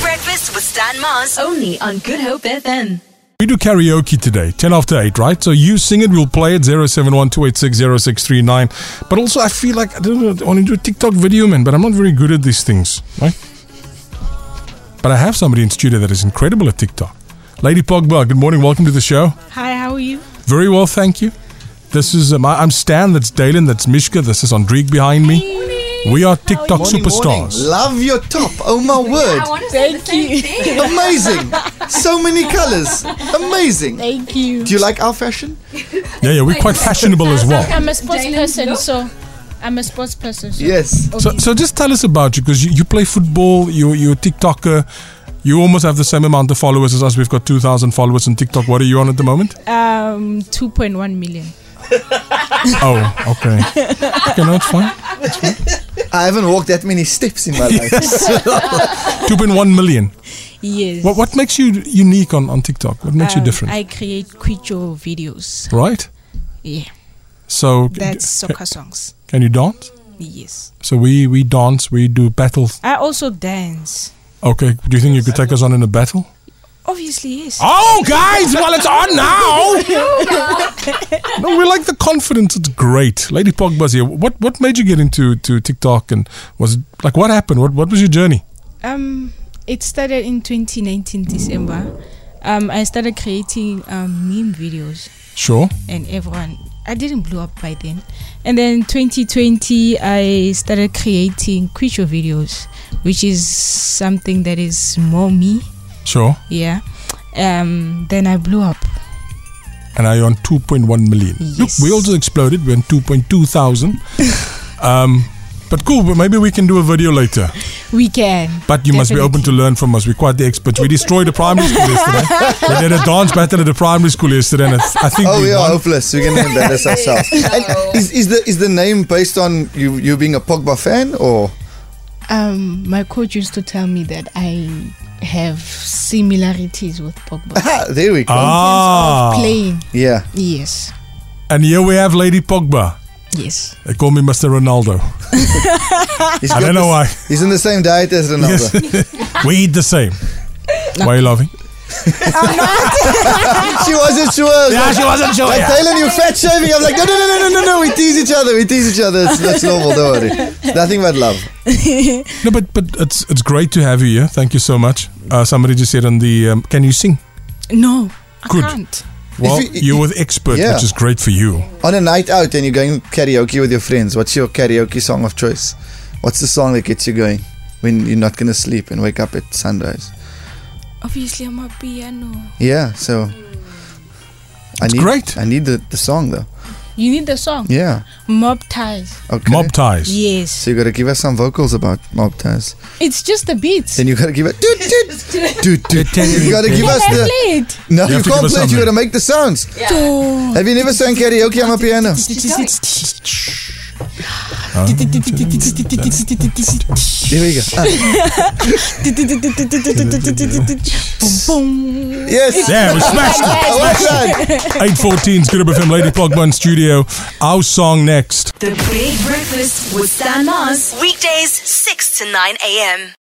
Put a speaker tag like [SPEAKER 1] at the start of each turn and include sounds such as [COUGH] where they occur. [SPEAKER 1] Breakfast with Stan Mars.
[SPEAKER 2] Only on Good Hope FM.
[SPEAKER 3] We do karaoke today, 10 after 8, right? So you sing it, we'll play it, 071 But also, I feel like I don't know, I want to do a TikTok video, man, but I'm not very good at these things, right? But I have somebody in studio that is incredible at TikTok. Lady Pogba, good morning, welcome to the show.
[SPEAKER 4] Hi, how are you?
[SPEAKER 3] Very well, thank you. This is, um, I- I'm Stan, that's Dalen, that's Mishka, this is Andrique behind me. We are TikTok superstars.
[SPEAKER 5] Love your top. Oh my word.
[SPEAKER 4] Thank you.
[SPEAKER 5] Amazing. So many colors. Amazing.
[SPEAKER 4] Thank you.
[SPEAKER 5] Do you like our fashion?
[SPEAKER 3] Yeah, yeah,
[SPEAKER 4] [LAUGHS]
[SPEAKER 3] we're quite fashionable as well.
[SPEAKER 4] I'm a sports person, so I'm a sports person. So
[SPEAKER 5] Yes.
[SPEAKER 3] So, so just tell us about you because you, you play football, you, you're a TikToker, you almost have the same amount of followers as us. We've got 2,000 followers on TikTok. What are you on at the moment?
[SPEAKER 4] Um, 2.1 million.
[SPEAKER 3] oh, okay. Okay, no, it's fine.
[SPEAKER 5] I haven't walked that many steps in my life. [LAUGHS]
[SPEAKER 3] 2.1 million.
[SPEAKER 4] Yes.
[SPEAKER 3] What, what makes you unique on, on TikTok? What makes you
[SPEAKER 4] Um,
[SPEAKER 3] different?
[SPEAKER 4] I create quicho videos.
[SPEAKER 3] right?
[SPEAKER 4] Yeah.
[SPEAKER 3] So, c-
[SPEAKER 4] That's
[SPEAKER 3] c-
[SPEAKER 4] soccer songs.
[SPEAKER 3] can you dance?
[SPEAKER 4] Yes.
[SPEAKER 3] So we, we dance, we do battles.
[SPEAKER 4] I also dance.
[SPEAKER 3] Okay, do you think you could take us on in a battle?
[SPEAKER 4] Obviously, yes.
[SPEAKER 3] Oh, guys, well, it's on now. no, we like the confidence. It's great. Lady Pogba's here. What what made you get into to TikTok and was it, like what happened? What what was your journey?
[SPEAKER 4] Um, it started in 2019 December. Um, I started creating um, meme videos.
[SPEAKER 3] Sure.
[SPEAKER 4] and everyone i didn't blow up by then and then 2020 i started creating creature videos which is something that is more me
[SPEAKER 3] Sure.
[SPEAKER 4] yeah um then i blew up
[SPEAKER 3] And now you're on 2.1 million.
[SPEAKER 4] Yes.
[SPEAKER 3] Look, we also exploded. We're on 2.2 thousand. um, but cool. But maybe we can do a video later.
[SPEAKER 4] we can
[SPEAKER 3] But you must be open to learn from us. We're quite the experts. We destroyed a primary school yesterday. we did a dance battle at a primary school yesterday, and I, th- I think
[SPEAKER 5] Oh,
[SPEAKER 3] we
[SPEAKER 5] we are
[SPEAKER 3] won.
[SPEAKER 5] hopeless. We're gonna [LAUGHS] embarrass ourselves. And is, is the is the name based on you you being a Pogba fan or?
[SPEAKER 4] um my coach used to tell me that i have similarities with pogba
[SPEAKER 5] Ah, there we go.
[SPEAKER 3] Ah,
[SPEAKER 4] playing
[SPEAKER 5] Yeah.
[SPEAKER 4] yes
[SPEAKER 3] and here we have Lady Pogba.
[SPEAKER 4] yes
[SPEAKER 3] They call me Mr. Ronaldo.
[SPEAKER 5] He's
[SPEAKER 3] I
[SPEAKER 5] got
[SPEAKER 3] don't know
[SPEAKER 5] the-
[SPEAKER 3] why.
[SPEAKER 5] He's in the same diet as Ronaldo.
[SPEAKER 3] we eat the same. Why are you laughing?
[SPEAKER 5] [LAUGHS] She wasn't sure.
[SPEAKER 3] she wasn't sure.
[SPEAKER 5] Like Taylor, you fat shaming. I'm like, no, no, no, no, no, no, no. We tease each other. We tease each other. It's, that's normal. Don't worry. It's nothing but love.
[SPEAKER 3] No, but but it's it's great to have you here. Thank you so much. Uh, somebody just said on the um, can you sing?
[SPEAKER 4] no i
[SPEAKER 3] Good.
[SPEAKER 4] can't
[SPEAKER 3] Well,
[SPEAKER 5] you-
[SPEAKER 3] you, are with expert,
[SPEAKER 5] Yeah.
[SPEAKER 3] which is great for you.
[SPEAKER 5] On a night out and you're going karaoke with your friends, what's your karaoke song of choice? What's the song that gets you going when you're not going to sleep and wake up at sunrise?
[SPEAKER 4] obviously i'm a piano
[SPEAKER 5] Yeah, so. I
[SPEAKER 3] It's
[SPEAKER 5] need,
[SPEAKER 3] great.
[SPEAKER 5] I need the, the song though.
[SPEAKER 4] you need the song
[SPEAKER 5] Yeah.
[SPEAKER 4] mob ties
[SPEAKER 5] Okay.
[SPEAKER 3] Mob ties.
[SPEAKER 4] yes
[SPEAKER 5] So you got to give us some vocals about mob ties.
[SPEAKER 4] it's just the beats
[SPEAKER 5] Then you got to give it. Doot, doot, doot, doot. You got to give us
[SPEAKER 4] I
[SPEAKER 5] the.
[SPEAKER 4] played.
[SPEAKER 5] No,
[SPEAKER 3] You
[SPEAKER 5] you,
[SPEAKER 3] have to give
[SPEAKER 5] can't
[SPEAKER 3] us
[SPEAKER 5] play it.
[SPEAKER 3] something.
[SPEAKER 5] You got to make the sounds. Have you never sang karaoke on a piano? There we go. Ah, yes.
[SPEAKER 3] Yeah, we smashed it.
[SPEAKER 5] Well done.
[SPEAKER 3] 814 's Good Up FM, Lady Pogba in studio. Our song next.
[SPEAKER 2] The Big Breakfast with Stan Mars.
[SPEAKER 1] Weekdays, 6 to 9 a.m.